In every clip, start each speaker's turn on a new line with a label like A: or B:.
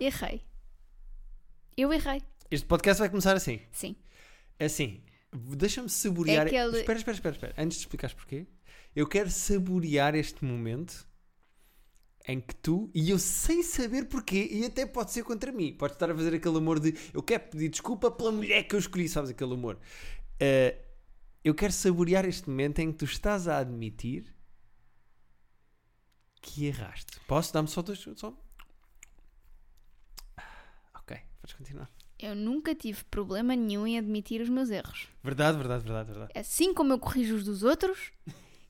A: errei. Eu errei,
B: Este podcast vai começar assim.
A: sim.
B: Assim, deixa-me
A: É
B: saborear.
A: aquele-
B: Espera, espera, espera, espera. Antes de explicares porquê, eu quero saborear este momento em que tu, e eu sem saber porquê, e até pode ser contra mim, podes estar a fazer aquele amor de eu quero pedir desculpa pela mulher que eu escolhi, sabes aquele amor. Eh, eu quero saborear este momento em que tu estás a admitir que erraste. Posso? Dá-me só dois. Só... um- Ok, podes continuar.
A: Eu nunca tive problema nenhum em admitir os meus erros.
B: Verdade, verdade, verdade, verdade.
A: Assim como eu corrijo os dos outros,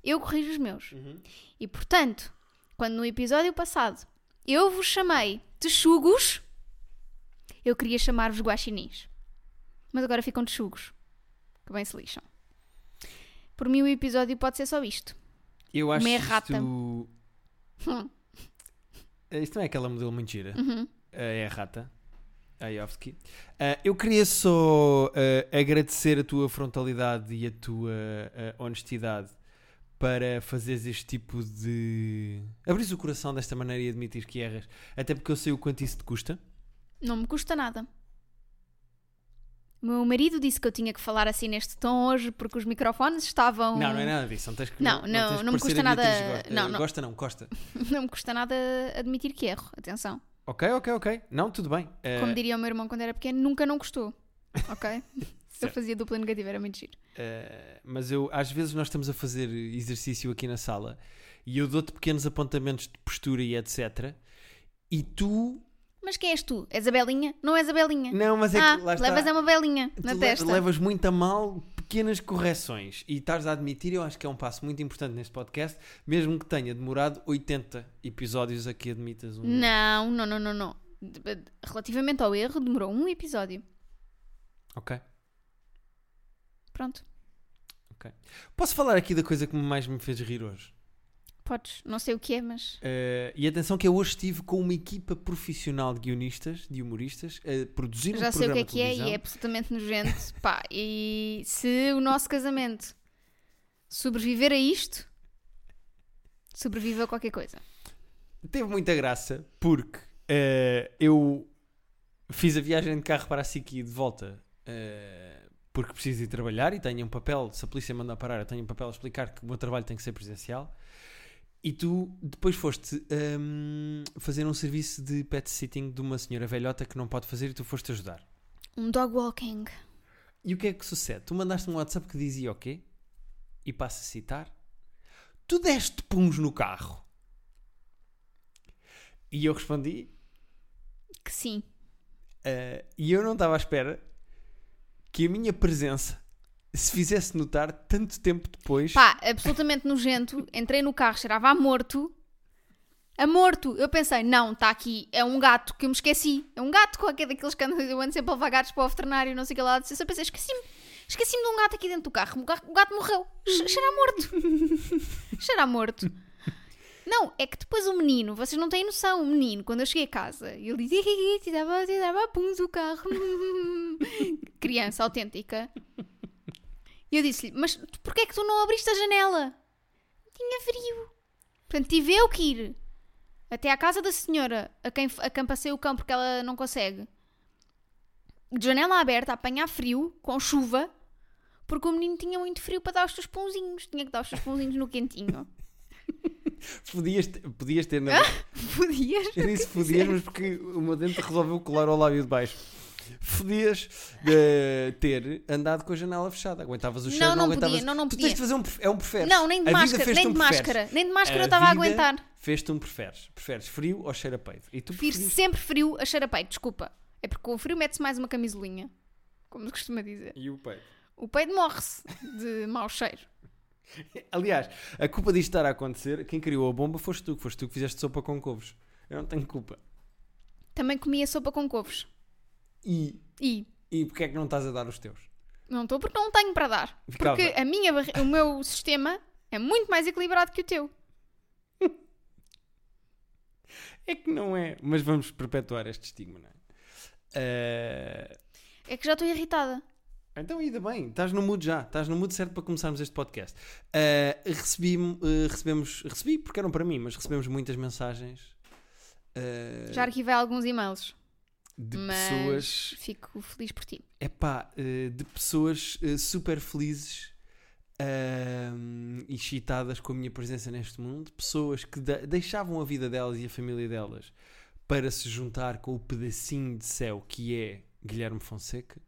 A: eu corrijo os meus. E portanto, quando no episódio passado eu vos chamei texugos, eu queria chamar-vos guaxinins. Mas agora ficam texugos. Que bem se lixam. Por mim, o episódio pode ser só isto.
B: Eu acho
A: Uma
B: que
A: errata.
B: isto...
A: Hum.
B: isto não é aquela modelo muito gira.
A: Uhum.
B: É a rata. A Iovski. Ah, eu queria só ah, agradecer a tua frontalidade e a tua ah, honestidade para fazeres este tipo de. abrires o coração desta maneira e admitires que erras. Até porque eu sei o quanto isso te custa.
A: Não me custa nada. O meu marido disse que eu tinha que falar assim neste tom hoje porque os microfones estavam.
B: Não, não é nada disso. Não, tens que,
A: Hum. Não, não,
B: tens que
A: não me
B: parecer
A: custa nada-
B: admitir que
A: não,
B: go-
A: não.
B: Gosta, não, costa.
A: Não me custa nada admitir que erro. Atenção.
B: Ok, ok, ok. Não, tudo bem. Ah,
A: Como diria o meu irmão quando era pequeno, nunca não gostou. Ok? eu
B: Certo.
A: fazia dupla negativa, era muito giro.
B: Uh, mas eu às vezes nós estamos a fazer exercício aqui na sala e eu dou-te pequenos apontamentos de postura e etc. E tu
A: Mas quem és tu? És a Belinha? Não és a Belinha.
B: não, mas é
A: ah,
B: que lá está,
A: levas a uma Belinha
B: tu
A: na
B: le-
A: testa.
B: levas muito a mal pequenas correções e estás a admitir, eu acho que é um passo muito importante neste podcast, mesmo que tenha demorado 80 episódios a que admitas um.
A: Não, não, não, não, não. De- de- Relativamente ao erro, demorou um episódio.
B: Ok.
A: Pronto.
B: Posso falar aqui da coisa que mais me fez rir hoje?
A: Podes. Não sei o que é, mas.
B: Uh, e atenção que eu hoje estive com uma equipa profissional de guionistas, de humoristas, a produzir um
A: Já sei o
B: programa
A: que é que é
B: de televisão.
A: e é absolutamente nojento. Pá, e se o nosso casamento sobreviver a isto, sobrevive a qualquer coisa.
B: Teve muita graça porque eh, eu fiz a viagem de carro para a Siki de volta eh, porque preciso ir trabalhar e tenho um papel. Se a polícia mandar parar, eu tenho um papel a explicar que o meu trabalho tem que ser presencial. E tu depois foste ehm, fazer um serviço de pet sitting de uma senhora velhota que não pode fazer e tu foste ajudar.
A: Um dog walking.
B: E o que é que sucede? Tu mandaste um WhatsApp que dizia o quê? E passo a citar: Tu deste puns no carro. E eu respondi:
A: Que sim.
B: Uh, e eu não estava à espera que a minha presença se fizesse notar tanto tempo depois.
A: Pá, absolutamente nojento. Entrei no carro, cheirava a morto. A morto. Eu pensei, não, está aqui. É um gato que eu me esqueci. É um gato qualquer daqueles que andam- eu ando sempre a levar gatos para o veterinário, não sei o que lá. Eu só pensei, esqueci-me. Esqueci-me de um gato aqui dentro do carro. O ga- o gato morreu. Che- Cheira a morto. Cheira a morto. Não, é que depois o menino, vocês não têm noção, o menino, quando eu cheguei a casa, ele disse, "Hihihi, te dava, te dava puns o carro. Criança autêntica. E eu disse-lhe, mas tu- porquê é que tu não abriste a janela? Tinha frio. Portanto, tive eu que ir até à casa da senhora, a quem, f- a quem passei o cão porque ela não consegue. De janela aberta, a apanhar frio, com chuva, porque o menino tinha muito frio para dar os seus pãozinhos. Tinha que dar os seus pãozinhos no quentinho.
B: Podias, te- podias ter. Na...
A: Podias?
B: Eu disse podias, mas porque o meu dente resolveu colar ao lábio de baixo. Podias eh, ter andado com a janela fechada. Aguentavas
A: Não,
B: o cheiro, não,
A: não podia,
B: aguentavas.
A: não, não
B: tu
A: podia.
B: tens de fazer um, pref- é um preferes.
A: Não, nem de
B: A vida
A: máscara,
B: fez-te
A: nem
B: um
A: de
B: preferes.
A: máscara. Nem de máscara
B: A
A: eu estava a
B: vida
A: aguentar.
B: Fez-te um preferes. Preferes frio ou cheiro a peito? E tu
A: Prefiro
B: preferiste-
A: sempre frio a cheira a peito, desculpa. É porque com o frio mete-se mais uma camisolinha, como se costuma dizer.
B: E o peito.
A: O peito morre-se de mau cheiro.
B: Aliás, a culpa disto estar a acontecer, quem criou a bomba foste tu, que foste tu que fizeste sopa com couves. Eu não tenho culpa.
A: Também comia sopa com couves.
B: E,
A: E
B: e porquê é que não estás a dar os teus?
A: não estou porque não tenho para dar.
B: Ficava.
A: Porque a minha barri- o meu sistema é muito mais equilibrado que o teu.
B: É que não é. Mas vamos perpetuar este estigma, não é? Eh,
A: É que já estou irritada.
B: então, ainda bem, estás no mood já, estás no mood certo para começarmos este podcast. Eh, recebi, eh, recebemos, recebi porque eram para mim, mas recebemos muitas mensagens. eh,
A: Já arquivei alguns e-mails.
B: de
A: Mas
B: pessoas.
A: Fico feliz por ti.
B: é pá, de pessoas eh, super felizes ahm, e excitadas com a minha presença neste mundo, pessoas que de- deixavam a vida delas e a família delas para se juntar com o pedacinho de céu que é Guilherme Fonseca.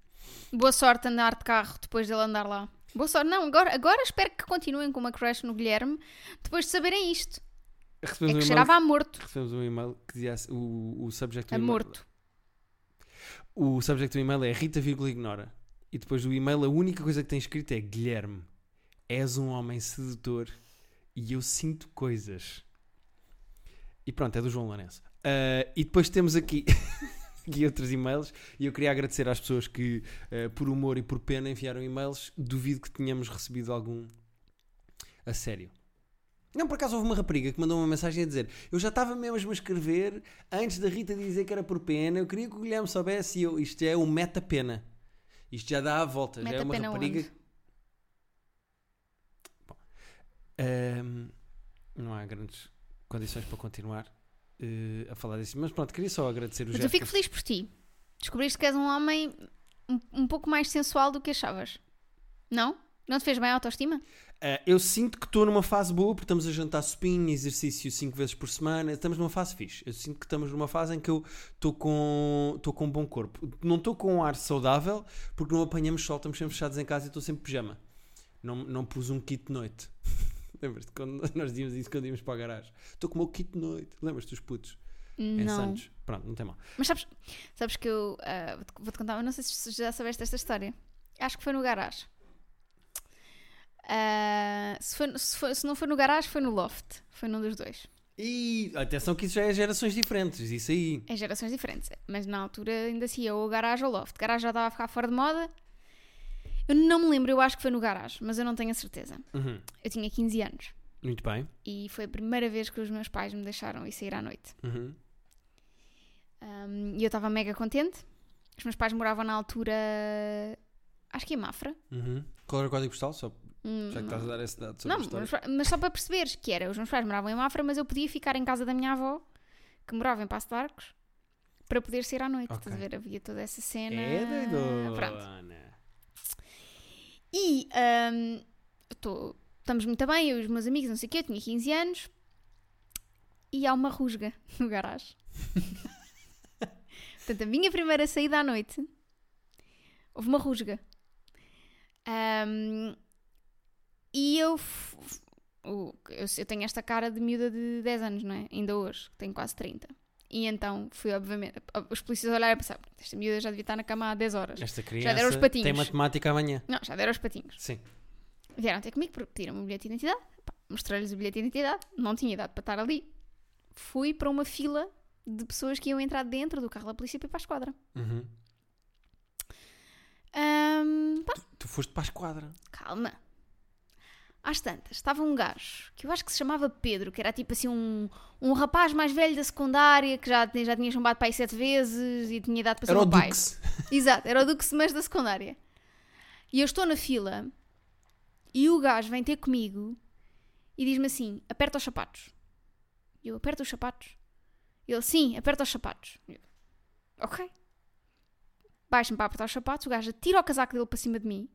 A: Boa sorte a andar de carro depois dele andar lá. Boa sorte. Não, agora, agora espero que continuem com uma crush no Guilherme depois de saberem isto. É
B: Recebemos,
A: que
B: um, e-mail,
A: cheirava a morto.
B: recebemos um e-mail que dizia assim- o, o subject do
A: A
B: e-mail-
A: morto.
B: O subject do e-mail é Rita, vírgula, ignora. E depois do e-mail a única coisa que tem escrito é Guilherme, és um homem sedutor e eu sinto coisas. E pronto, é do João Lourenço. Ah, e depois temos aqui, aqui outros e-mails e eu queria agradecer às pessoas que ah, por humor e por pena enviaram e-mails. Duvido que tenhamos recebido algum a sério. Não, por acaso houve uma rapariga que mandou uma mensagem a dizer eu já estava mesmo a escrever antes da Rita dizer que era por pena, eu queria que o Guilherme soubesse e eu, isto já é um meta-pena. Isto já dá a volta, já
A: Mete
B: é
A: a
B: uma
A: pena
B: rapariga
A: onde?
B: Ahm, não há grandes condições para continuar eh, a falar disso, mas pronto, queria só agradecer o
A: Mas Então, eu
B: gesto.
A: fico feliz por ti. Descobriste que és um homem um, um pouco mais sensual do que achavas. Não? Não te fez bem a autoestima?
B: Ah, eu sinto que estou numa fase boa, porque estamos a jantar sopinha, exercício 5 vezes por semana, estamos numa fase fixe. Eu sinto que estamos numa fase em que eu estou com, estou com um bom corpo. Não estou com um ar saudável, porque não apanhamos sol, estamos sempre fechados em casa e estou sempre de pijama. Não, não pus um kit de noite. Lembras-te quando nós dizíamos isso quando íamos para a garagem? Estou com o meu kit de noite. Lembras-te dos putos? Em
A: Não.
B: Santos. Pronto, não tem mal.
A: Mas sabes, sabes que eu ah, vou-te- vou-te contar, eu não sei se já sabeste esta história. Acho que foi no garage. Ah, se, foi- se foi- se não foi no garage, foi no loft. Foi num dos dois.
B: E atenção que isso já é gerações diferentes, isso aí.
A: Em gerações diferentes. Mas na altura ainda se ia ou ao garage ou ao loft. Garage já estava a ficar fora de moda. Eu não me lembro, eu acho que foi no garage, mas eu não tenho a certeza.
B: Uhum.
A: Eu tinha 15 anos.
B: Muito bem.
A: E foi a primeira vez que os meus pais me deixaram ir sair à noite.
B: Uhum.
A: Um, E eu estava mega contente. Os meus pais moravam na altura. Acho que em Mafra.
B: Uhum. Qual era o código postal? Só,
A: Hum,
B: já que estás a dar esse dado sobre
A: não,
B: a história.
A: mas, mas só para perceberes que era. Os meus pais moravam em Mafra, mas eu podia ficar em casa da minha avó, que morava em Passo de Arcos, para poder sair à noite.
B: Ok.
A: Estás a ver? Havia toda essa cena.
B: É doido.
A: Pronto. E hum, eu tô- estamos muito bem, eu e os meus amigos, não sei o quê, eu tinha 15 anos e há uma rusga no garagem. Portanto, a minha primeira saída à noite houve uma rusga. Hum, e eu, f- f- o- eu. Eu tenho esta cara de miúda de 10 anos, não é? Ainda hoje, tenho quase 30. E então fui, obviamente. Os polícias olharam e pensaram: esta miúda já devia estar na cama há 10 horas.
B: Esta
A: Já deram os
B: criança
A: patinhos.
B: tem matemática amanhã.
A: Não, já deram os patinhos.
B: Sim.
A: Vieram ter comigo, porque pediram-me o bilhete de identidade. Pá, Mostrei-lhes o bilhete de identidade, não tinha idade para estar ali. Fui para uma fila de pessoas que iam entrar dentro do carro da polícia para ir para a esquadra.
B: Uhum.
A: Ahm, pá,
B: Tu foste para a esquadra.
A: calma. Às tantas, estava um gajo que eu acho que se chamava Pedro, que era tipo assim um, um rapaz mais velho da secundária que já, já tinha chumbado pai sete vezes e tinha idade para ser
B: Era o
A: meu pai.
B: Dux.
A: Exato, era o Dux, mas da secundária. E eu estou na fila e o gajo vem ter comigo e diz-me assim: aperta os sapatos. E eu aperto os sapatos. Ele, sim, aperta os sapatos. E eu, ok. Baixo-me para apertar os sapatos, o gajo tira o casaco dele para cima de mim,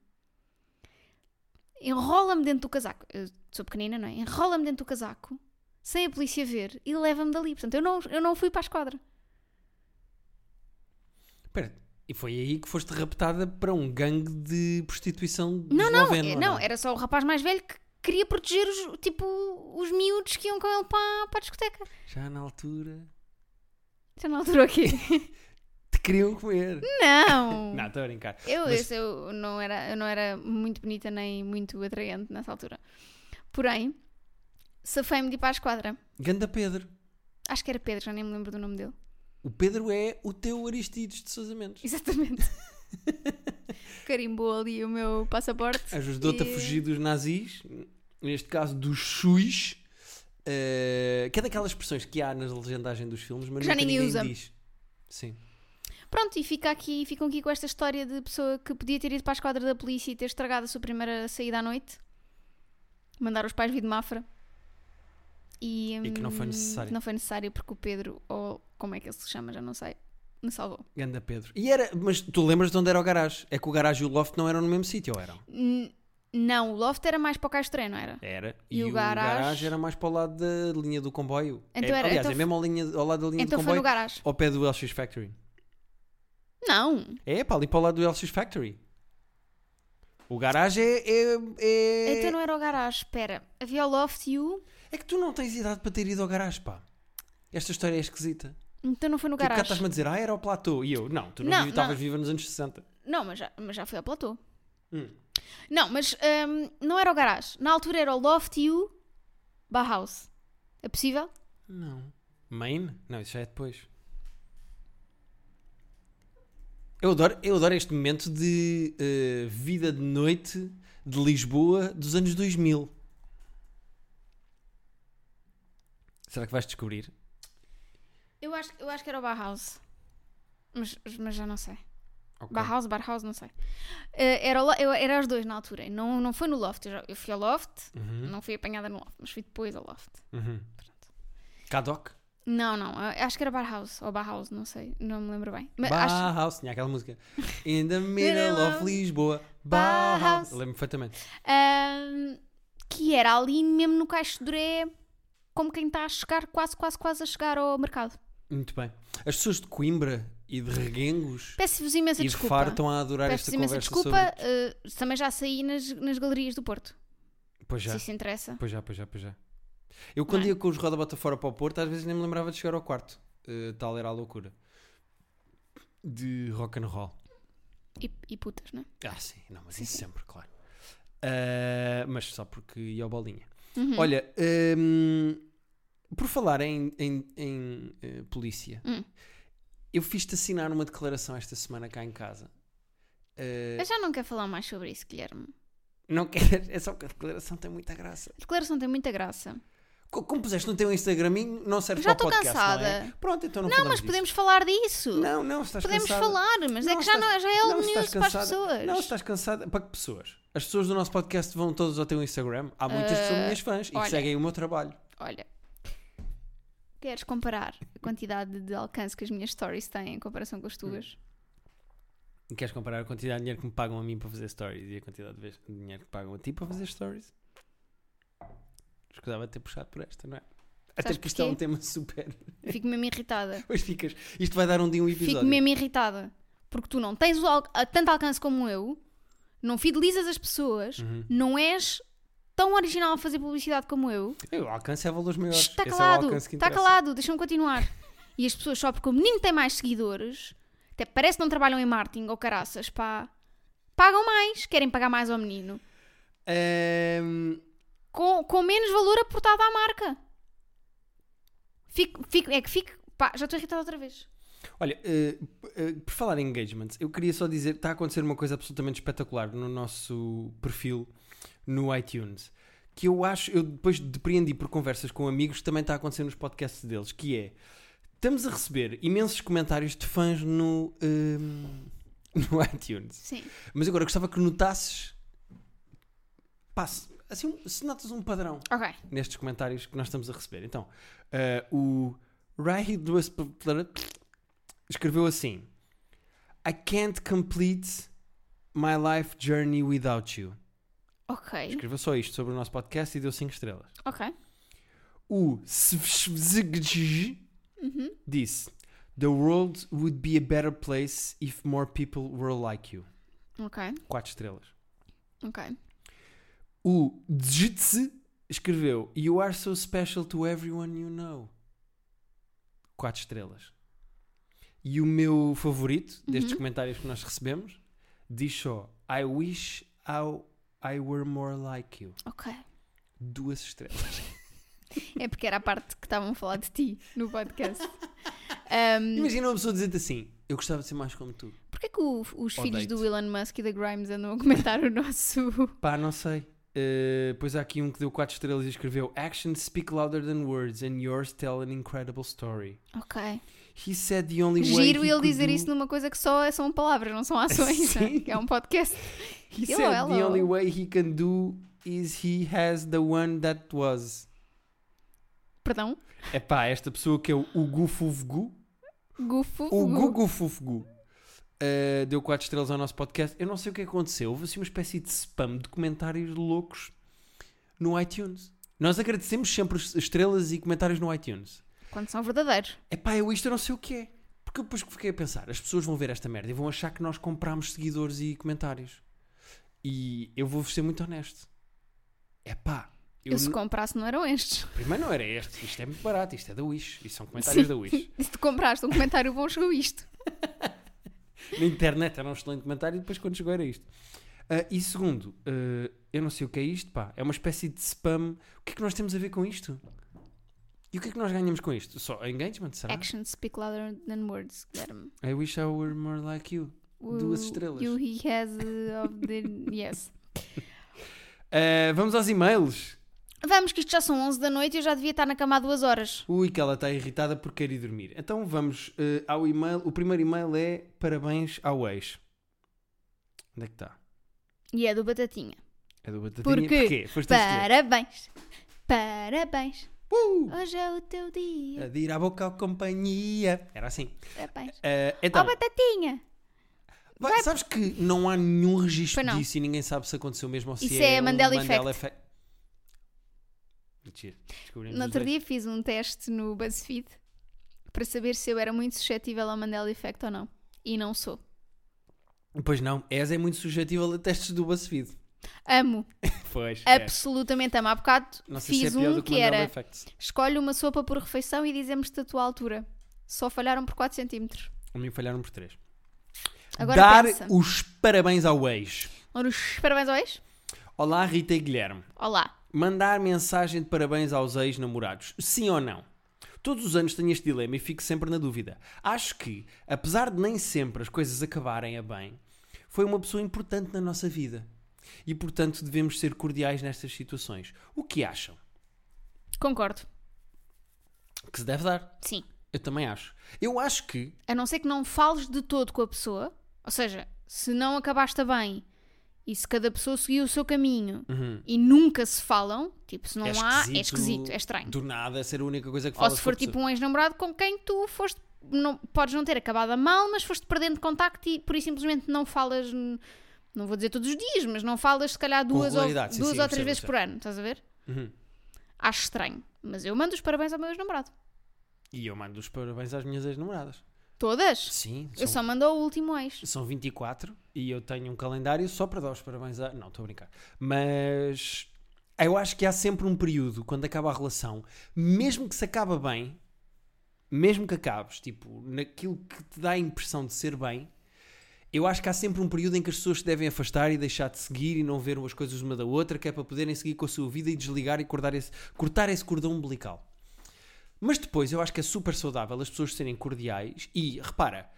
A: enrola-me dentro do casaco. Eu sou pequenina, não é? Enrola-me dentro do casaco, sem a polícia ver, e leva-me dali. Portanto, eu não, eu não fui para a esquadra.
B: Espera, e foi aí que foste raptada para um gangue de prostituição de
A: Não, não,
B: esloveno,
A: é-
B: ou
A: não, era só o rapaz mais velho que queria proteger os, tipo, os miúdos que iam com ele para, para a discoteca.
B: Já na altura
A: Já não é altura aqui.
B: te queriam comer.
A: Hum. Não!
B: Não, estou a brincar.
A: eu,
B: mas-
A: isso, eu, não era, eu não era muito bonita nem muito atraente nessa altura. Porém, safei-me de ir para a esquadra.
B: Ganda Pedro.
A: Acho que era Pedro, já nem me lembro do nome dele.
B: O Pedro é o teu Aristides de Sousa Mendes.
A: Exatamente. Carimbou ali o meu passaporte.
B: Ajudou-te a
A: E-
B: fugir dos nazis, neste caso dos suis, eh, que é daquelas expressões que há na legendagem dos filmes, mas
A: Que já
B: nunca
A: ninguém
B: ninguém
A: usa.
B: diz. Sim.
A: Pronto, e fica aqui, ficam aqui com esta história de pessoa que podia ter ido para a esquadra da polícia e ter estragado a sua primeira saída à noite. Mandar os pais vir de Mafra. hum, E,
B: E que não foi
A: hum,
B: necessário.
A: Não foi necessário porque o Pedro, ou como é que ele se chama, já não sei, me salvou.
B: Ganda Pedro. E era, mas tu lembras de onde era o garagem? É que o garagem e o loft não eram no mesmo sítio, ou eram?
A: N- não, o loft era mais para o cais de trem, não era?
B: Era.
A: E o garage?
B: era mais para o lado da linha do comboio.
A: Então
B: é,
A: era-
B: aliás,
A: então
B: é mesmo ao, linha, ao lado da linha
A: então
B: do
A: foi no
B: comboio,
A: garagem.
B: ao pé do LX Factory.
A: Não.
B: É, pá, ali para o lado do LX Factory. O garagem é. é, é...
A: Então não era o garagem. Espera. Havia o loft e o.
B: É que tu não tens idade para ter ido ao garagem, pá. Esta história é esquisita.
A: Então não foi no
B: Tu cá
A: garagem.
B: estás-me a dizer, ah, era o platô. E eu, não, tu
A: Não,
B: não estavas
A: não.
B: viva nos anos 60.
A: Não, mas já, mas já foi ao platô.
B: Hum.
A: Não, mas hum, não era o garagem. Na altura era o loft e o. Bauhaus. É possível?
B: Não. Main? Não, isso já é depois. Eu adoro, eu adoro este momento de eh, vida de noite de Lisboa dos anos 2000. Será que vais descobrir?
A: Eu acho, eu acho que era o Bauhaus. Mas, mas já não sei.
B: Ok.
A: Bauhaus, Barhaus, não sei. Eh, era, o lo- eu, era os dois na altura. Não, não foi no loft. Eu, já- eu fui ao loft.
B: Uhum,
A: Não fui apanhada no loft, mas fui depois ao loft.
B: uhum.
A: Pronto.
B: Cadoc?
A: Não, não. eu Acho que era Barhaus ou Barhaus, não sei. Não me lembro bem. Mas acho,
B: Bauhaus, tinha aquela música In the middle of Lisboa
A: Bauhaus.
B: Bauhaus Eu Lembro perfeitamente
A: Ahm, que era ali mesmo no Caixo de Doré, como quem está a chegar, quase, quase, quase a chegar ao mercado.
B: Muito bem As pessoas de Coimbra e de Reguengos
A: Peço-vos imensa
B: E de
A: desculpa.
B: Faro estão a adorar esta
A: Peço-vos imensa
B: conversa
A: desculpa.
B: sobre
A: eh, também já saí nas, nas galerias do Porto,
B: Pois já,
A: se isso interessa.
B: pois já, pois já, pois já. Eu quando
A: Não é?
B: ia com os roda bota fora para o Porto, às vezes nem me lembrava de chegar ao quarto. Eh, tal era a loucura. De rock and roll.
A: E, e putas, não é?
B: Ah, sim, não, mas
A: Sim,
B: isso
A: sim.
B: sempre, claro. Ah, mas só porque ia ao bolinha.
A: Uhum.
B: Olha, hum, por falar em, em- em, eh, polícia,
A: Hum.
B: eu fiz-te assinar uma declaração esta semana cá em casa. Eh,
A: Eu já não quero falar mais sobre isso, Guilherme.
B: não quero, é só que a declaração tem muita graça.
A: A declaração tem muita graça.
B: Co- Como puseste no teu Instagraminho, não serve
A: Já
B: para o
A: estou
B: podcast, não é?
A: cansada.
B: Pronto, então não
A: Não, mas podemos falar disso.
B: Não, não, estás
A: podemos
B: cansada.
A: falar, mas é
B: Não,
A: que já,
B: estás-
A: não, já é
B: não,
A: old
B: estás
A: news para as
B: cansada.
A: pessoas.
B: Não, estás cansada. Para que pessoas? As pessoas do nosso podcast vão todas ao teu Instagram. Há muitas que são
A: Ah,
B: minhas fãs e que
A: olha.
B: seguem o meu trabalho.
A: Olha, queres comparar a quantidade de alcance que as minhas stories têm em comparação com as tuas?
B: E queres comparar a quantidade de dinheiro que me pagam a mim para fazer stories e a quantidade de vez- de dinheiro que pagam a ti para fazer stories? Escusava de ter puxado por esta, não é? Até
A: Sabes
B: porque isto é um
A: porquê?
B: tema super.
A: Fico mesmo irritada.
B: Pois ficas. Isto vai dar um dia um episódio.
A: Fico mesmo irritada. Porque tu não tens o al- a- tanto alcance como eu, não fidelizas as pessoas,
B: Uhum.
A: não és tão original a fazer publicidade como eu.
B: Eu alcance é valores maiores.
A: Está
B: Esse é o
A: calado,
B: alcance que
A: está
B: interessa.
A: calado, deixa-me continuar. E as pessoas, só porque o menino tem mais seguidores, até parece que não trabalham em marketing ou caraças, pá, pagam mais, querem pagar mais ao menino.
B: Ahm,
A: com, com menos valor aportado à marca. Fico, fico, é que fico. Pá, já estou irritada outra vez.
B: Olha, eh, p- eh, por falar em engagements, eu queria só dizer que está a acontecer uma coisa absolutamente espetacular no nosso perfil no iTunes. Que eu acho, eu depois depreendi por conversas com amigos, também está a acontecer nos podcasts deles, que é estamos a receber imensos comentários de fãs no, ehm, no iTunes.
A: Sim.
B: Mas agora eu gostava que notasses. Pá, se- assim, se notas um padrão
A: Ok.
B: nestes comentários que nós estamos a receber. Então, eh, o Rai do Espetacular escreveu assim: I can't complete my life journey without you.
A: Ok.
B: Escreveu só isto sobre o nosso podcast e deu 5 estrelas.
A: Ok.
B: O Svzgzg
A: Uhum.
B: disse: The world would be a better place if more people were like you.
A: Ok.
B: 4 estrelas.
A: Ok.
B: O Dzitz escreveu You are so special to everyone you know. 4 estrelas. E o meu favorito destes
A: Uhum.
B: comentários que nós recebemos diz só I wish I, I were more like you.
A: Ok.
B: Duas estrelas.
A: Uhum. É porque era a parte que estavam a falar de ti no podcast. Ahm,
B: Imagina uma pessoa dizendo assim Eu gostava de ser mais como tu.
A: Porquê que o- os filhos
B: Odeio-te.
A: do Elon Musk e da Grimes andam a comentar o nosso.
B: Pá, não sei. Eh, pois há aqui um que deu 4 estrelas e escreveu Actions speak louder than words and yours tell an incredible story.
A: Ok.
B: He said the only way
A: Giro
B: he
A: ele
B: could
A: dizer
B: do-
A: isso numa coisa que só é são palavras, não são ações.
B: Sim.
A: né? É um podcast.
B: He
A: Hello,
B: said the
A: hello.
B: only way he can do is he has the one that was.
A: Perdão.
B: Epá, esta pessoa que é o Ugu Fuvgu
A: Gufu.
B: O
A: gu.
B: Gugu Fufgu eh, deu 4 estrelas ao nosso podcast. Eu não sei o que aconteceu. Houve assim uma espécie de spam de comentários loucos no iTunes. Nós agradecemos sempre as estrelas e comentários no iTunes.
A: Quando são verdadeiros.
B: Epá, eu isto eu não sei o que é. Porque eu depois fiquei a pensar, as pessoas vão ver esta merda e vão achar que nós comprámos seguidores e comentários. E eu vou-vos ser muito honesto. Epá,
A: Eu,
B: eu
A: se
B: n-
A: comprasse não eram estes.
B: primeiro não era este, isto é muito barato, isto é da Wish, isto são comentários da Wish.
A: Se tu compraste um comentário bom, chegou isto.
B: Na internet era um excelente comentário e depois quando chegou era isto. Ah, e segundo, ah, eu não sei o que é isto, pá, é uma espécie de spam. O que é que nós temos a ver com isto? E o que é que nós ganhamos com isto? Só engagement, será?
A: Actions speak louder than words. Guilherme.
B: I wish I were more like you. Duas
A: O-
B: estrelas.
A: You he has uh, of the... Yes.
B: Ah, vamos aos e-mails.
A: Vamos, que isto já são 11 da noite e eu já devia estar na cama há duas horas.
B: Ui, que ela está irritada porque quer ir dormir. Então vamos eh, ao e-mail. O primeiro e-mail é parabéns ao ex. Onde é que está?
A: E é do Batatinha.
B: É do Batatinha.
A: Porquê?
B: Porquê? Foste Para...
A: Parabéns. Parabéns.
B: Uh!
A: Hoje é o teu
B: A
A: dia.
B: de ir à boca à companhia. Era assim.
A: Parabéns.
B: Eh,
A: Ó,
B: então,
A: Batatinha.
B: vai- sabes que não há nenhum registro
A: Foi não.
B: disso e ninguém sabe se aconteceu mesmo ou se
A: Isso
B: é,
A: é
B: um
A: Mandela
B: Effect. Mentira. Descobrimos
A: No
B: os
A: outro
B: dois.
A: dia fiz um teste no BuzzFeed para saber se eu era muito suscetível ao Mandela Effect ou não. E não sou.
B: Pois não, és é muito suscetível a testes do BuzzFeed.
A: É Amo.
B: Pois. é.
A: Absolutamente amo. Há bocado
B: Não sei
A: fiz
B: se é pior
A: um
B: do que
A: que
B: Mandela
A: era
B: Effects.
A: escolhe uma sopa por refeição e dizemos te a tua altura. Só falharam por 4 centímetros.
B: A mim Um falharam por três.
A: Agora
B: Dar
A: pensa.
B: os parabéns ao ex.
A: Ora, os Parabéns ao ex.
B: Olá, Rita e Guilherme.
A: Olá.
B: Mandar mensagem de parabéns aos ex-namorados. Sim ou não? Todos os anos tenho este dilema e fico sempre na dúvida. Acho que, apesar de nem sempre as coisas acabarem a bem, foi uma pessoa importante na nossa vida. E, portanto, devemos ser cordiais nestas situações. O que acham?
A: Concordo.
B: Que se deve dar.
A: Sim.
B: Eu também acho. Eu acho que.
A: A não ser que não fales de todo com a pessoa. Ou seja, se não acabaste a bem e se cada pessoa seguiu o seu caminho
B: Uhum.
A: e nunca se falam, tipo, se não
B: é
A: há, é esquisito, é estranho.
B: Do nada ser a única coisa que
A: Ou
B: falas
A: se
B: com
A: for
B: a pessoa.
A: tipo um ex-namorado com quem tu foste. Não, podes não ter acabado a mal, mas foste perdendo contacto e por isso simplesmente não falas. n- Não vou dizer todos os dias, mas não falas se calhar duas ou,
B: regularidade, sim,
A: duas
B: sim,
A: ou
B: eu percebo,
A: três vezes
B: eu
A: por ano, estás a ver?
B: Uhum.
A: Acho estranho. Mas eu mando os parabéns ao meu ex-namorado.
B: E eu mando os parabéns às minhas ex-namoradas.
A: Todas.
B: Sim,
A: Eu
B: são,
A: só mando ao último ex.
B: são 24 e eu tenho um calendário só para dar os parabéns a. Não, estou a brincar. Mas eu acho que há sempre um período quando acaba a relação, mesmo que se acaba bem, mesmo que acabes, tipo, naquilo que te dá a impressão de ser bem, eu acho que há sempre um período em que as pessoas se devem afastar e deixar de seguir e não ver as coisas uma da outra, que é para poderem seguir com a sua vida e desligar e cortar esse, cortar esse cordão umbilical. Mas depois eu acho que é super saudável as pessoas serem cordiais e, repara,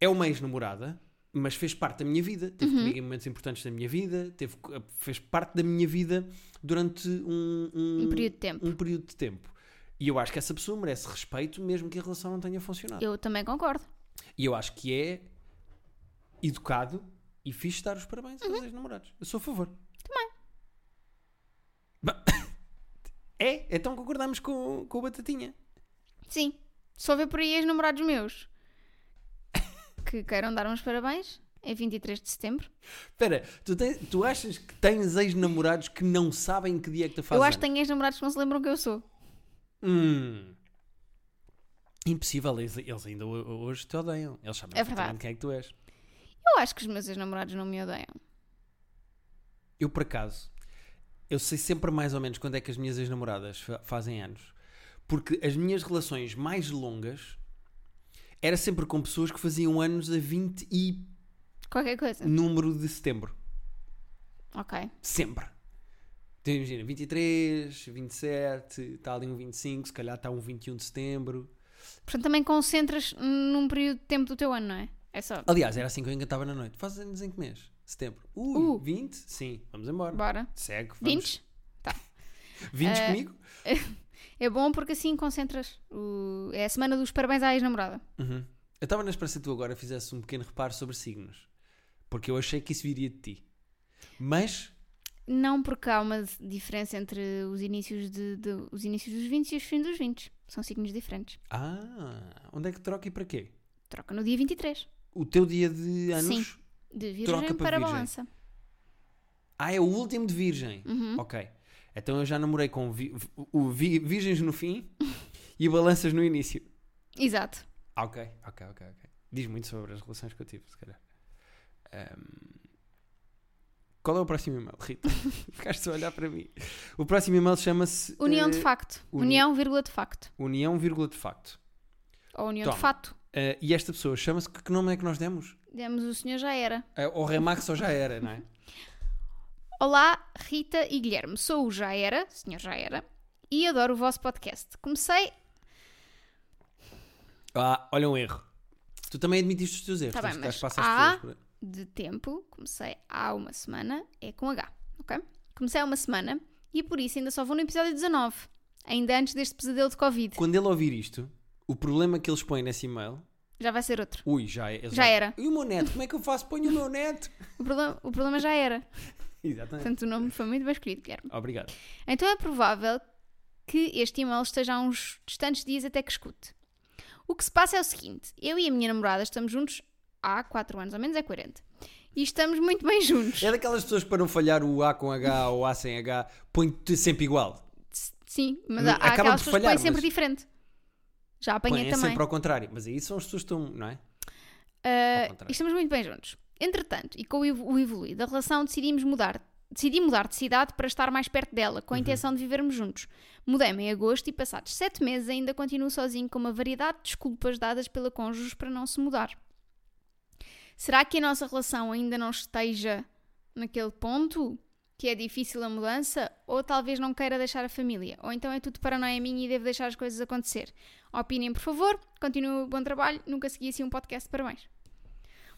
B: é uma ex-namorada, mas fez parte da minha vida, teve
A: Uhum.
B: comigo em momentos importantes da minha vida, teve, co- fez parte da minha vida durante um, um-
A: Um período de tempo.
B: um período de tempo. E eu acho que essa pessoa merece respeito, mesmo que a relação não tenha funcionado.
A: Eu também concordo.
B: E eu acho que é educado e fixe dar os parabéns
A: Uhum.
B: aos ex-namorados. Eu sou a favor. Também. É, então concordamos com, com o Batatinha.
A: Sim. Só vê por aí ex-namorados meus que queiram dar uns parabéns é em 23 de setembro.
B: Espera, tu, tens- tu achas que tens ex-namorados que não sabem que dia é que tu fazes
A: eu acho que
B: anos?
A: tenho ex-namorados que não se lembram que eu sou.
B: Hum. Impossível, eles, eles ainda ho- hoje te odeiam. Eles sabem
A: É
B: perfeitamente
A: verdade.
B: quem é que tu és.
A: Eu acho que os meus ex-namorados não me odeiam.
B: Eu, por acaso, eu sei sempre mais ou menos quando é que as minhas ex-namoradas fa- fazem anos. Porque as minhas relações mais longas era sempre com pessoas que faziam anos a 20 e
A: Qualquer coisa.
B: número de setembro.
A: Ok.
B: Sempre. Então imagina, 23, 27, está ali um 25, se calhar está um 21 de setembro.
A: Portanto, também concentras num período de tempo do teu ano, não é? É só.
B: Aliás, era assim que eu encantava na noite. Faz anos em que mês? Setembro. Ui,
A: Uh.
B: 20? Sim, vamos embora.
A: Bora.
B: Segue. Vamos.
A: 20?
B: 20
A: Eh,
B: comigo?
A: É bom porque assim concentras. O... É a semana dos parabéns à ex-namorada.
B: Uhum. Eu estava na esperança que tu agora fizesse um pequeno reparo sobre signos, porque eu achei que isso viria de ti. Mas
A: Não, porque há uma diferença entre os inícios, de, de- os inícios dos 20 e os fins dos 20. São signos diferentes.
B: Ah, onde é que troca e para quê?
A: Troca no dia 23,
B: O teu dia de anos?
A: de Virgem
B: Troca para
A: para,
B: Virgem.
A: Balança.
B: Ah, é o último de virgem.
A: Uhum.
B: Ok. Então eu já namorei com vi- o vi- virgens no fim e balanças no início.
A: Exato.
B: Ah, ok, ok, ok, ok. Diz muito sobre as relações que eu tive, se calhar. Ahm, Qual é o próximo e-mail, Rita? Ficaste a olhar para mim. O próximo e-mail chama-se
A: União
B: eh,
A: de facto.
B: uni-
A: União, vírgula de facto.
B: União, vírgula de facto.
A: Ou união
B: Toma.
A: de fato.
B: Eh, e esta pessoa chama-se. Que que nome é que nós demos?
A: Demos o senhor já era.
B: Eh, ou Remax ou já era, não é?
A: Olá, Rita e Guilherme. Sou o Já Era, senhor Já Era, e adoro o vosso podcast. Comecei.
B: Ah, olha um erro. Tu também admitiste os teus erros.
A: Tá bem,
B: portanto, se
A: mas
B: calhar passas
A: há-
B: pelas-
A: de tempo, comecei há uma semana, é com H, ok? Comecei há uma semana e por isso ainda só vou no episódio 19, ainda antes deste pesadelo de Covid.
B: Quando ele ouvir isto, o problema que eles põem nesse e-mail.
A: Já vai ser outro.
B: Ui, já, é-
A: Já era.
B: E o meu neto? Como é que eu faço? Ponho o meu neto.
A: O problema, o problema já era.
B: Exatamente.
A: Portanto, o nome foi muito bem escolhido, Guilherme.
B: Obrigado.
A: Então é provável que este e-mail esteja há uns distantes dias até que escute. O que se passa é o seguinte: eu e a minha namorada estamos juntos há 4 anos, ao menos é 40. E estamos muito bem juntos.
B: É daquelas pessoas que para não falhar o A com H ou A sem H, põe-te sempre igual.
A: Sim, mas
B: Não,
A: há, há
B: acabam
A: aquelas pessoas
B: de
A: que
B: falhar,
A: põem sempre
B: mas-
A: diferente. Já apanhei
B: Põe é
A: também.
B: sempre ao contrário. Mas aí são as pessoas que estão, não é?
A: Ah,
B: Ao contrário.
A: estamos muito bem juntos. Entretanto, e com o evo- o evoluir da relação, decidimos mudar. Decidi mudar de cidade para estar mais perto dela, com a intenção de vivermos juntos. Mudei-me em agosto e, passados sete meses, ainda continuo sozinho com uma variedade de desculpas dadas pela cônjuge para não se mudar. Será que a nossa relação ainda não esteja naquele ponto que é difícil a mudança? Ou talvez não queira deixar a família? Ou então é tudo paranoia minha e devo deixar as coisas acontecer? Opinem, por favor. Continuo o bom trabalho. Nunca segui assim um podcast. Parabéns.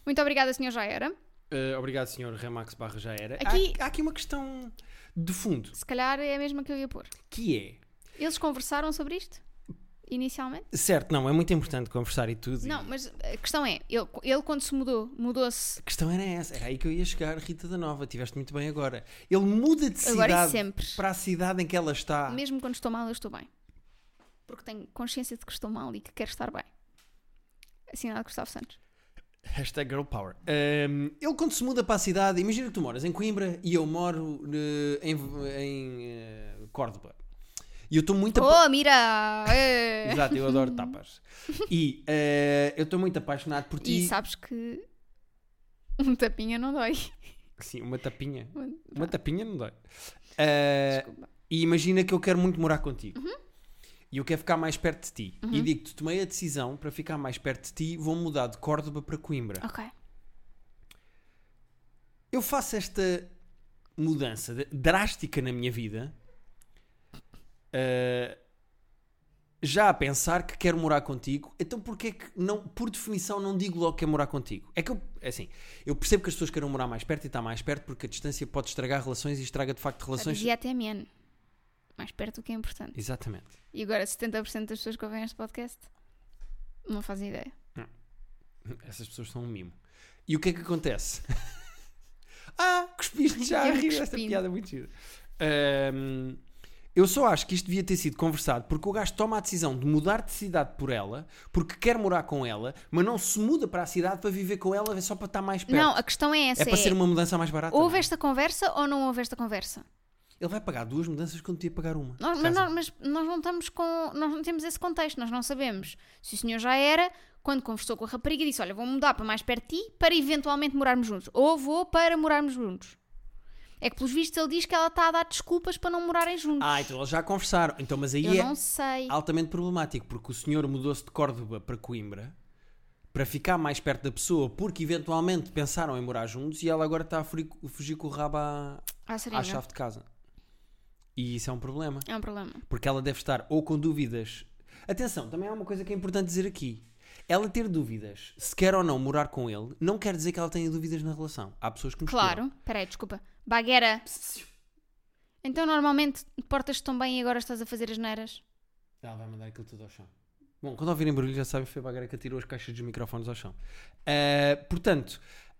A: Muito obrigada, senhor Já Era.
B: Eh, obrigado, senhor Remax Barra já era.
A: Aqui-
B: Há, há aqui uma questão de fundo,
A: Se calhar é a mesma que eu ia pôr.
B: que é.
A: Eles conversaram sobre isto? Inicialmente?
B: Certo, não, é muito importante conversar e tudo. e-
A: Não, mas a questão é, ele, ele quando se mudou, mudou-se
B: A questão era essa, era aí que eu ia chegar, Rita da Nova, tiveste muito bem agora. Ele muda de
A: Agora e
B: cidade
A: sempre.
B: para a cidade em que ela está.
A: Mesmo quando estou mal, eu estou bem. Porque tenho consciência de que estou mal e que quero estar bem. Assinado Gustavo Santos.
B: Hashtag Girl Power. Um, ele quando se muda para a cidade, imagina que tu moras em Coimbra e eu moro eh, em, em eh, Córdoba. E eu estou muito apa-
A: Oh, mira! Eh!
B: Então, Exato, eu adoro tapas. E eh, eu estou muito apaixonado por ti.
A: E sabes que um tapinha não dói.
B: Sim, uma tapinha.
A: Desculpa.
B: Uma tapinha não dói. Eh, e imagina que eu quero muito morar contigo. E eu quero ficar mais perto de ti. E digo-te, tomei a decisão para ficar mais perto de ti, vou mudar de Córdoba para Coimbra.
A: Ok.
B: Eu faço esta mudança de- drástica na minha vida eh, já a pensar que quero morar contigo, então porquê é que, não, por definição, não digo logo que é morar contigo? É que eu, é assim, eu percebo que as pessoas queiram morar mais perto e estar mais perto porque a distância pode estragar relações e estraga de facto
A: Já
B: relações.
A: dizia até TMN. Mais perto do que é importante.
B: Exatamente.
A: E agora 70% das pessoas que ouvem este podcast não fazem ideia.
B: Essas pessoas são um mimo. E o que é que acontece? ah, cuspiste já a
A: Eu
B: rir esta
A: cuspi.
B: piada é muito gira. Ahm, eu só acho que isto devia ter sido conversado porque o gajo toma a decisão de mudar de cidade por ela, porque quer morar com ela, mas não se muda para a cidade para viver com ela, é só para estar mais perto.
A: Não, a questão é essa.
B: é para ser uma mudança mais barata.
A: Houve
B: não é?
A: esta conversa ou não houve esta conversa?
B: Ele vai pagar duas mudanças quando devia pagar uma.
A: Nós- mas,
B: Casa.
A: nós, mas nós não estamos com. Nós não temos esse contexto, nós não sabemos. Se o senhor já era, quando conversou com a rapariga, disse: Olha, vou mudar para mais perto de ti para eventualmente morarmos juntos. Ou vou para morarmos juntos. É que, pelos vistos, ele diz que ela está a dar desculpas para não morarem juntos.
B: Ah, então eles já conversaram. Então, mas aí
A: Eu
B: é,
A: não sei.
B: altamente problemático, porque o senhor mudou-se de Córdoba para Coimbra para ficar mais perto da pessoa, porque eventualmente pensaram em morar juntos e ela agora está a furi- fugir com o rabo à,
A: Ah,
B: à
A: seringa.
B: chave de casa. E isso é um problema,
A: É um problema.
B: porque ela deve estar ou com dúvidas. Atenção, também há uma coisa que é importante dizer aqui. Ela ter dúvidas, se quer ou não morar com ele, não quer dizer que ela tenha dúvidas na relação. Há pessoas que misturam.
A: Claro. Peraí, desculpa. Baguera. Então, normalmente, portas-te tão bem e agora estás a fazer as neiras?
B: Ela vai mandar aquilo tudo ao chão. Bom, quando ouvirem barulho já sabem que foi a Bagara que atirou as caixas dos microfones ao chão. Ah, Eh, portanto,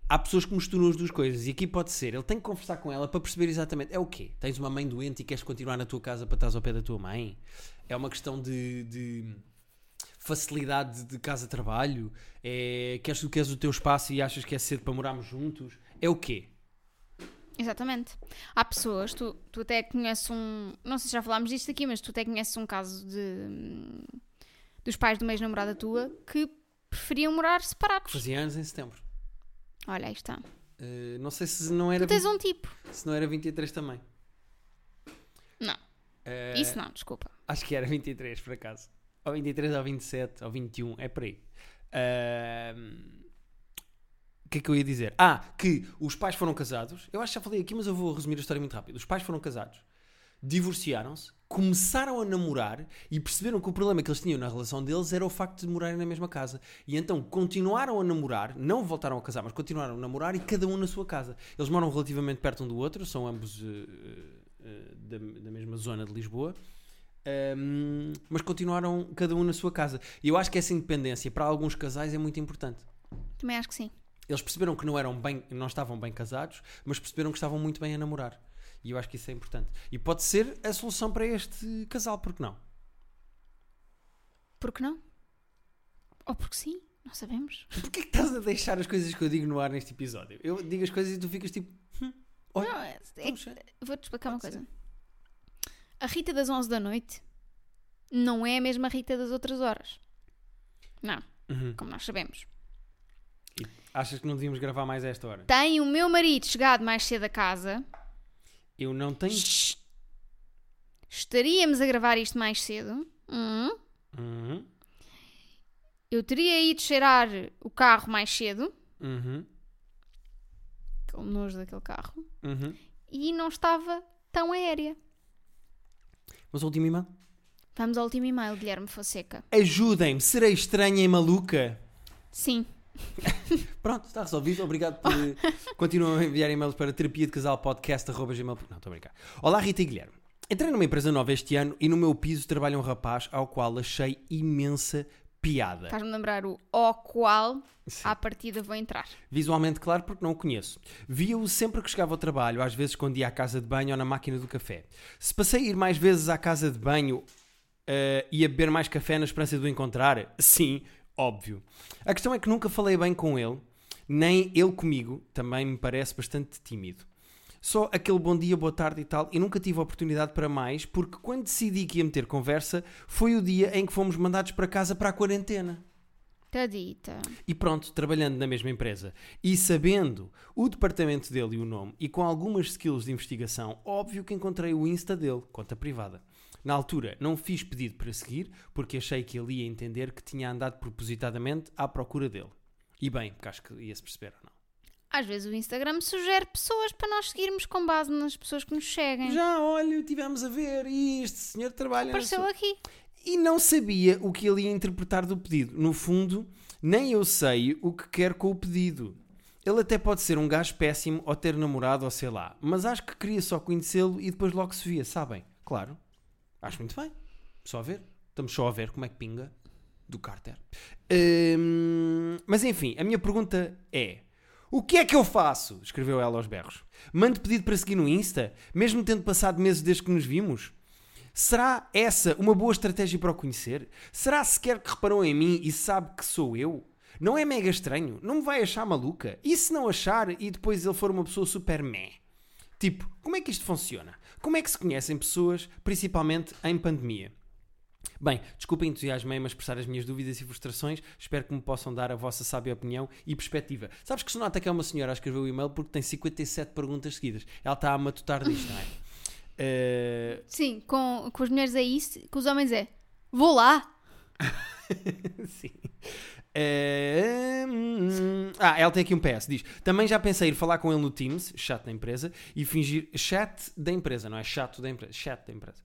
B: há pessoas que misturam as duas coisas e aqui pode ser, ele tem que conversar com ela para perceber exatamente, é o quê? Tens uma mãe doente e queres continuar na tua casa para estás ao pé da tua mãe? É uma questão de, de facilidade de casa-trabalho? É, queres, queres o teu espaço e achas que é cedo para morarmos juntos? É o quê?
A: Exatamente. Há pessoas, tu, tu até conheces um. Não sei se já falámos disto aqui, mas tu até conheces um caso de. dos pais de uma ex-namorada tua que preferiam morar separados.
B: Fazia anos em setembro.
A: Olha, aí está.
B: Eh, não sei se não era
A: Tu tens um tipo.
B: se não era 23 também.
A: Não.
B: Eh,
A: Isso não, desculpa.
B: Acho que era 23, por acaso. Ou 23, ou 27, ou 21, é por aí. Ahm, O que é que eu ia dizer? Ah, que os pais foram casados. Eu acho que já falei aqui, mas eu vou resumir a história muito rápido. Os pais foram casados, divorciaram-se, começaram a namorar e perceberam que o problema que eles tinham na relação deles era o facto de morarem na mesma casa. E então continuaram a namorar, não voltaram a casar, mas continuaram a namorar e cada um na sua casa. Eles moram relativamente perto um do outro, são ambos eh, eh, eh, da, da mesma zona de Lisboa. Ahm, mas continuaram cada um na sua casa. E eu acho que essa independência para alguns casais é muito importante.
A: Também acho que sim.
B: Eles perceberam que não eram bem, não estavam bem casados, mas perceberam que estavam muito bem a namorar. E eu acho que isso é importante. E pode ser a solução para este casal, porque não?
A: Porque não? Ou porque sim? Não sabemos.
B: Porquê que estás a deixar as coisas que eu digo no ar neste episódio? Eu digo as coisas e tu ficas tipo. "Hum, olha,
A: Não, é- é-
B: vamos ver."
A: vou-te explicar uma
B: Pode
A: coisa. A Rita das 11 da noite não é a mesma Rita das outras horas. Não,
B: Uhum.
A: como nós sabemos.
B: Achas que não devíamos gravar mais a esta hora?
A: Tem o meu marido chegado mais cedo a casa.
B: Eu não tenho.
A: Shhh. Estaríamos a gravar isto mais cedo. Hum.
B: Uhum,
A: Eu teria ido cheirar o carro mais cedo.
B: uhum,
A: Aquele nojo daquele carro.
B: uhum.
A: E não estava tão aérea.
B: Mas o último e-mail?
A: Vamos ao último e-mail, Guilherme Fonseca.
B: Ajudem-me, serei estranha e maluca.
A: Sim.
B: Pronto, está resolvido. Obrigado por. eh, Continuam a enviar e-mails para terapia de casal podcast.gmail. Não, estou a brincar. Olá, Rita e Guilherme. Entrei numa empresa nova este ano e no meu piso trabalha um rapaz ao qual achei imensa piada.
A: Faz-me lembrar o ao qual
B: Sim.
A: à partida vou entrar.
B: Visualmente, claro, porque não o conheço. Via-o sempre que chegava ao trabalho, às vezes quando ia à casa de banho ou na máquina do café. Se passei a ir mais vezes à casa de banho eh, e a beber mais café na esperança de o encontrar, sim, óbvio. A questão é que nunca falei bem com ele, nem ele comigo, também me parece bastante tímido. Só aquele bom dia, boa tarde e tal, e nunca tive oportunidade para mais, porque quando decidi que ia meter conversa, foi o dia em que fomos mandados para casa para a quarentena.
A: Tadita.
B: E pronto, trabalhando na mesma empresa e sabendo o departamento dele e o nome e com algumas skills de investigação, óbvio que encontrei o Insta dele, conta privada. Na altura, não fiz pedido para seguir porque achei que ele ia entender que tinha andado propositadamente à procura dele. E bem, porque acho que ia-se perceber ou não.
A: Às vezes o Instagram sugere pessoas para nós seguirmos com base nas pessoas que nos seguem.
B: Já, é olha, tivemos a ver e este senhor trabalha... na
A: Apareceu
B: sua-
A: aqui.
B: e não sabia o que ele ia interpretar do pedido. No fundo, nem eu sei o que quer com o pedido. Ele até pode ser um gajo péssimo ou ter namorado ou sei lá, mas acho que queria só conhecê-lo e depois logo se via, sabem? Claro. Acho muito bem. Só a ver. Estamos só a ver como é que pinga do Carter. Hum, mas enfim, a minha pergunta é: O que é que eu faço? Escreveu ela aos berros. Mando pedido para seguir no Insta, mesmo tendo passado meses desde que nos vimos? Será essa uma boa estratégia para o conhecer? Será sequer que reparou em mim e sabe que sou eu? Não é mega estranho? Não me vai achar maluca? E se não achar e depois ele for uma pessoa super meh? Tipo, como é que isto funciona? Como é que se conhecem pessoas, principalmente em pandemia? Bem, desculpem entusiasmei-me a expressar as minhas dúvidas e frustrações, espero que me possam dar a vossa sábia opinião e perspectiva. Sabes que se nota que é uma senhora a escrever o e-mail porque tem 57 perguntas seguidas. Ela está a matutar disto, não é? Eh,
A: Sim, com, com as mulheres é isso, com os homens é. Vou lá.
B: Sim. Eh, hum, ah, ela tem aqui um PS. Diz: Também já pensei em ir falar com ele no Teams, chat da empresa, e fingir. Chat da empresa, não é chato da empresa. Chat da empresa.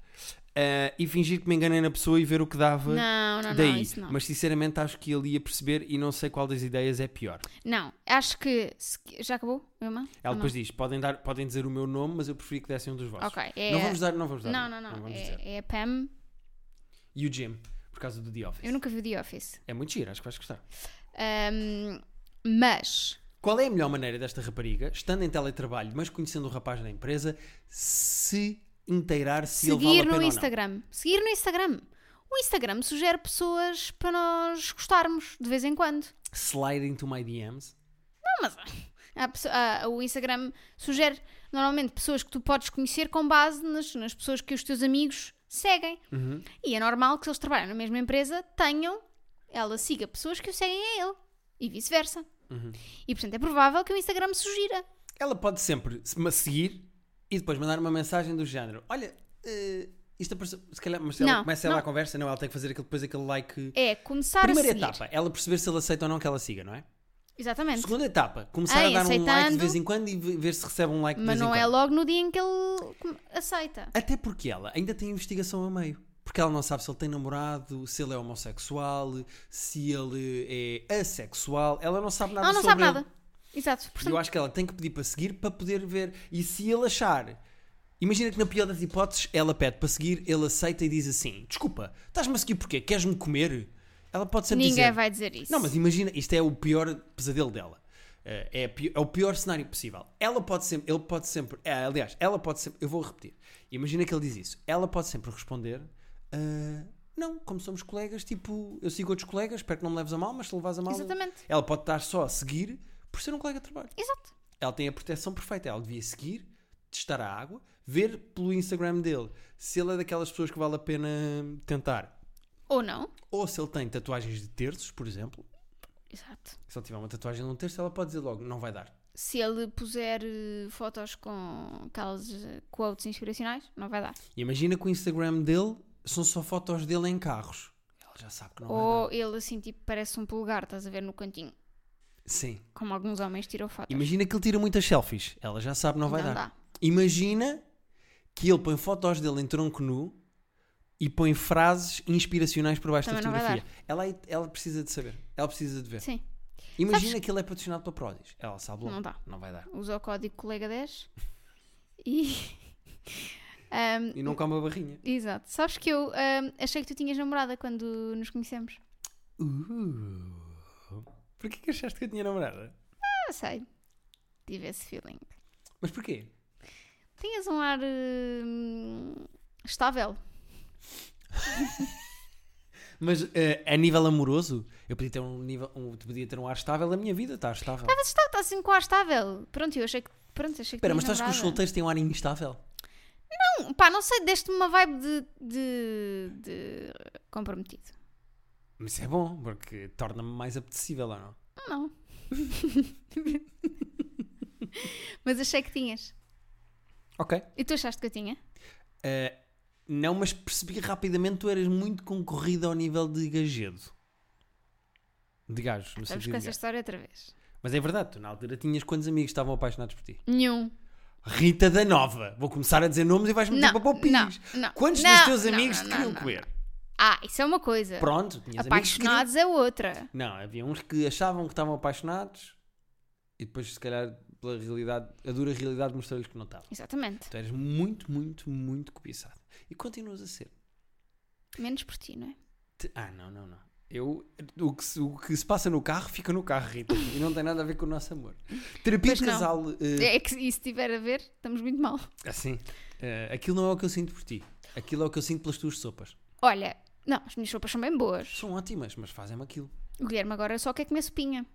B: Eh, e fingir que me enganei na pessoa e ver o que dava
A: Não, não,
B: daí.
A: não, isso não.
B: Mas sinceramente acho que ele ia perceber e não sei qual das ideias é pior.
A: Não, acho que. se- Já acabou? Irmã?
B: Ela depois diz: podem, dar, podem dizer o meu nome, mas eu preferi que dessem um dos vossos.
A: Ok, é.
B: Não vamos dar, não vamos dar.
A: Não, não, não.
B: vamos dizer.
A: é, é a Pam.
B: E o Jim, por causa do The Office.
A: Eu nunca vi o The Office.
B: É muito giro, acho que vais gostar.
A: Ahm, mas
B: Qual é a melhor maneira desta rapariga, estando em teletrabalho, mas conhecendo o rapaz da empresa, se inteirar se ele
A: Seguir
B: vale a
A: no
B: pena
A: Instagram. Seguir no Instagram. O Instagram sugere pessoas para nós gostarmos de vez em quando.
B: ou não? Slide into my DMs.
A: Não, mas há pesso- há- o Instagram sugere normalmente pessoas que tu podes conhecer com base nas, nas pessoas que os teus amigos seguem.
B: Uhum.
A: E é normal que se eles trabalham na mesma empresa, tenham, ela siga pessoas que o seguem a ele. E vice-versa.
B: Uhum.
A: E portanto é provável que o Instagram sugira.
B: Ela pode sempre se- me seguir e depois mandar uma mensagem do género: Olha, eh, isto apareceu. Se calhar, mas ela
A: Não,
B: começa ela
A: não.
B: a conversa, não, ela tem que fazer aquele, depois aquele like.
A: É começar
B: Primeira
A: a seguir.
B: etapa, ela perceber se ele aceita ou não que ela siga, não é?
A: Exatamente.
B: Segunda etapa, começar
A: Ai,
B: a dar um like de
A: aceitando.
B: vez em quando e ve- ver se recebe um like de
A: Mas
B: vez em
A: não
B: quando.
A: é logo no dia em que ele come- aceita.
B: Até porque ela ainda tem investigação a meio. Porque ela não sabe se ele tem namorado, se ele é homossexual, se ele é assexual. Ela não sabe nada
A: Ela não
B: sobre
A: sabe
B: ele.
A: nada. Exato.
B: E eu
A: Portanto,
B: acho que ela tem que pedir para seguir para poder ver. E se ele achar. Imagina que na pior das hipóteses ela pede para seguir, ele aceita e diz assim: Desculpa, estás-me a seguir porquê? Queres-me comer? Ela pode sempre
A: ninguém
B: dizer.
A: vai dizer isso.
B: Não, mas imagina, isto é o pior pesadelo dela. Eh, É, a pi- é o pior cenário possível. Ela pode sempre, ele pode sempre, é, aliás, ela pode sempre, eu vou repetir. Imagina que ele diz isso. Ela pode sempre responder: ah, Não, como somos colegas, tipo, eu sigo outros colegas, espero que não me leves a mal, mas se levas a mal. eu-"
A: Exatamente.
B: Ela pode estar só a seguir por ser um colega de trabalho.
A: Exato.
B: Ela tem a proteção perfeita. Ela devia seguir, testar a água, ver pelo Instagram dele se ele é daquelas pessoas que vale a pena tentar.
A: Ou não.
B: Ou se ele tem tatuagens de terços, por exemplo.
A: Exato.
B: Se ele tiver uma tatuagem num terço, ela pode dizer logo, não vai dar.
A: Se ele puser eh, fotos com aquelas eh, quotes inspiracionais, não vai dar.
B: E imagina que o Instagram dele são só fotos dele em carros. Ela já sabe que não vai dar.
A: Ou ele assim, tipo, parece um polegar, estás a ver no cantinho.
B: Sim.
A: Como alguns homens tiram fotos.
B: Imagina que ele tira muitas selfies. Ela já sabe que não vai
A: Não
B: dar.
A: dá.
B: Imagina que ele põe fotos dele em tronco nu e põe frases inspiracionais por baixo da
A: Também não vai
B: fotografia. Ela, aí- ela precisa de saber. Ela precisa de ver.
A: Sim.
B: Imagina que ele é patrocinado pela Prodis. Ela sabe logo.
A: Não dá.
B: Não vai dar.
A: Usa o código colega 10 e. Ahm,
B: E não come a barrinha.
A: exato. Sabes que eu ahm, achei que tu tinhas namorada quando nos conhecemos.
B: Uh. Porquê que achaste que eu tinha namorada?
A: Ah, sei. Tive esse feeling.
B: Mas porquê?
A: Tinhas um ar hum, estável.
B: Mas eh, a nível amoroso, eu podia ter um nível, um, podia ter um ar estável, a minha vida está estável.
A: Mas está, está assim com ar estável. Pronto, eu achei que. Pronto, achei que
B: Espera, mas
A: tinhas
B: tu achas que os
A: namorada.
B: solteiros têm um ar instável?
A: Não, pá, não sei, deste-me uma vibe de, de, de comprometido.
B: Mas isso é bom, porque torna-me mais apetecível, ou não?
A: Não, Não. mas achei que tinhas.
B: Ok.
A: E tu achaste que eu tinha?
B: Eh, não, mas percebi que rapidamente tu eras muito concorrida ao nível de gajedo. De gajos, no
A: Estamos
B: sentido
A: com
B: de
A: essa
B: gajo.
A: história outra vez.
B: Mas é verdade, tu na altura tinhas quantos amigos que estavam apaixonados por ti?
A: Nenhum.
B: Rita da Nova. Vou começar a dizer nomes e vais-me
A: Não,
B: para o pis.
A: não, não.
B: Quantos
A: Não,
B: dos teus
A: não,
B: amigos
A: não,
B: te
A: não,
B: queriam
A: não,
B: comer?
A: Ah, isso é uma coisa.
B: Pronto, tinhas amigos que queriam
A: Apaixonados é outra.
B: Não, havia uns que achavam que estavam apaixonados e depois, se calhar, pela realidade, a dura realidade mostrou-lhes que não estavam.
A: Exatamente.
B: Tu eras muito, muito, muito cobiçado. E continuas a ser.
A: Menos por ti, não é?
B: Te- Ah, não, não, não. Eu, o, que se, o que se passa no carro fica no carro, Rita. E não tem nada a ver com o nosso amor. Terapia
A: Pois
B: de
A: não.
B: casal. eh,
A: É que se isso tiver a ver, estamos muito mal.
B: Assim. eh, aquilo não é o que eu sinto por ti. Aquilo é o que eu sinto pelas tuas sopas.
A: Olha, não, as minhas sopas são bem boas.
B: São ótimas, mas fazem-me aquilo.
A: O Guilherme agora só quer comer sopinha.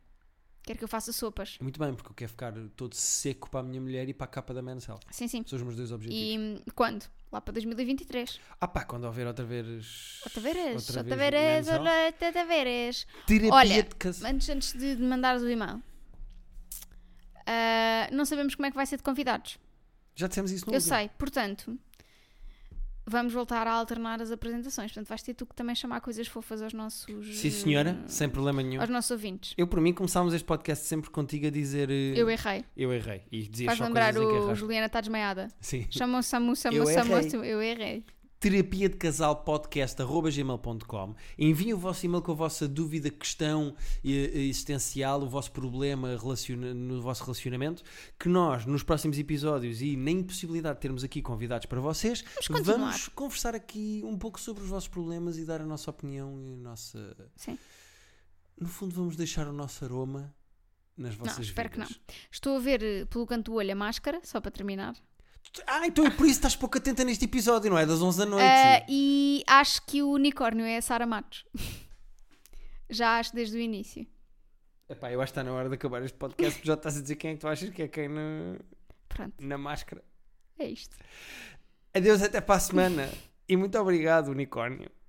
A: Quer que eu faça sopas.
B: Muito bem, porque eu quero ficar todo seco para a minha mulher e para a capa da Men's Health.
A: Sim, sim.
B: São os meus dois objetivos.
A: E hum, quando? Lá para 2023.
B: Ah pá, quando houver outra vez...
A: Outra vez,
B: outra
A: outra
B: vez
A: vez,
B: men's health,
A: outra vez.
B: Terapia
A: Olha,
B: de casal.
A: Antes, antes de de mandares o e-mail. Ah, não sabemos como é que vai ser de convidados.
B: Já dissemos isso no
A: Eu
B: último.
A: sei, portanto, vamos voltar a alternar as apresentações. Portanto, vais ter tu que também chamar coisas fofas aos nossos.
B: Sim senhora, sem problema nenhum.
A: Aos nossos ouvintes.
B: Eu por mim começámos este podcast sempre contigo a dizer... eh,
A: Eu errei.
B: eu errei. E dizias
A: Faz
B: só
A: lembrar
B: coisas em que
A: o
B: erraste.
A: Juliana está desmaiada.
B: Sim.
A: Chamou Samu, Samu,
B: Eu
A: Samu,
B: errei.
A: Samu. Eu errei.
B: Terapia de casal podcast arroba gmail.com Enviem o vosso e-mail com a vossa dúvida, questão eh, existencial, o vosso problema relaciona- no vosso relacionamento, que nós, nos próximos episódios e na impossibilidade de termos aqui convidados para vocês,
A: continuar.
B: vamos conversar aqui um pouco sobre os vossos problemas e dar a nossa opinião e a nossa.
A: Sim.
B: No fundo, vamos deixar o nosso aroma nas vossas
A: espero que
B: vidas.
A: Estou a ver eh, pelo canto do olho a máscara, só para terminar.
B: Tu- Ah, então é por isso que estás pouco atenta neste episódio, não é? Das 11 da noite.
A: Ah, e acho que o unicórnio é a Sara Matos. Já acho desde o início.
B: Epá, eu acho que está na hora de acabar este podcast porque já estás a dizer quem é que tu achas que é quem na,
A: Pronto,
B: na máscara.
A: é isto.
B: Adeus, até para a semana. E muito obrigado, unicórnio.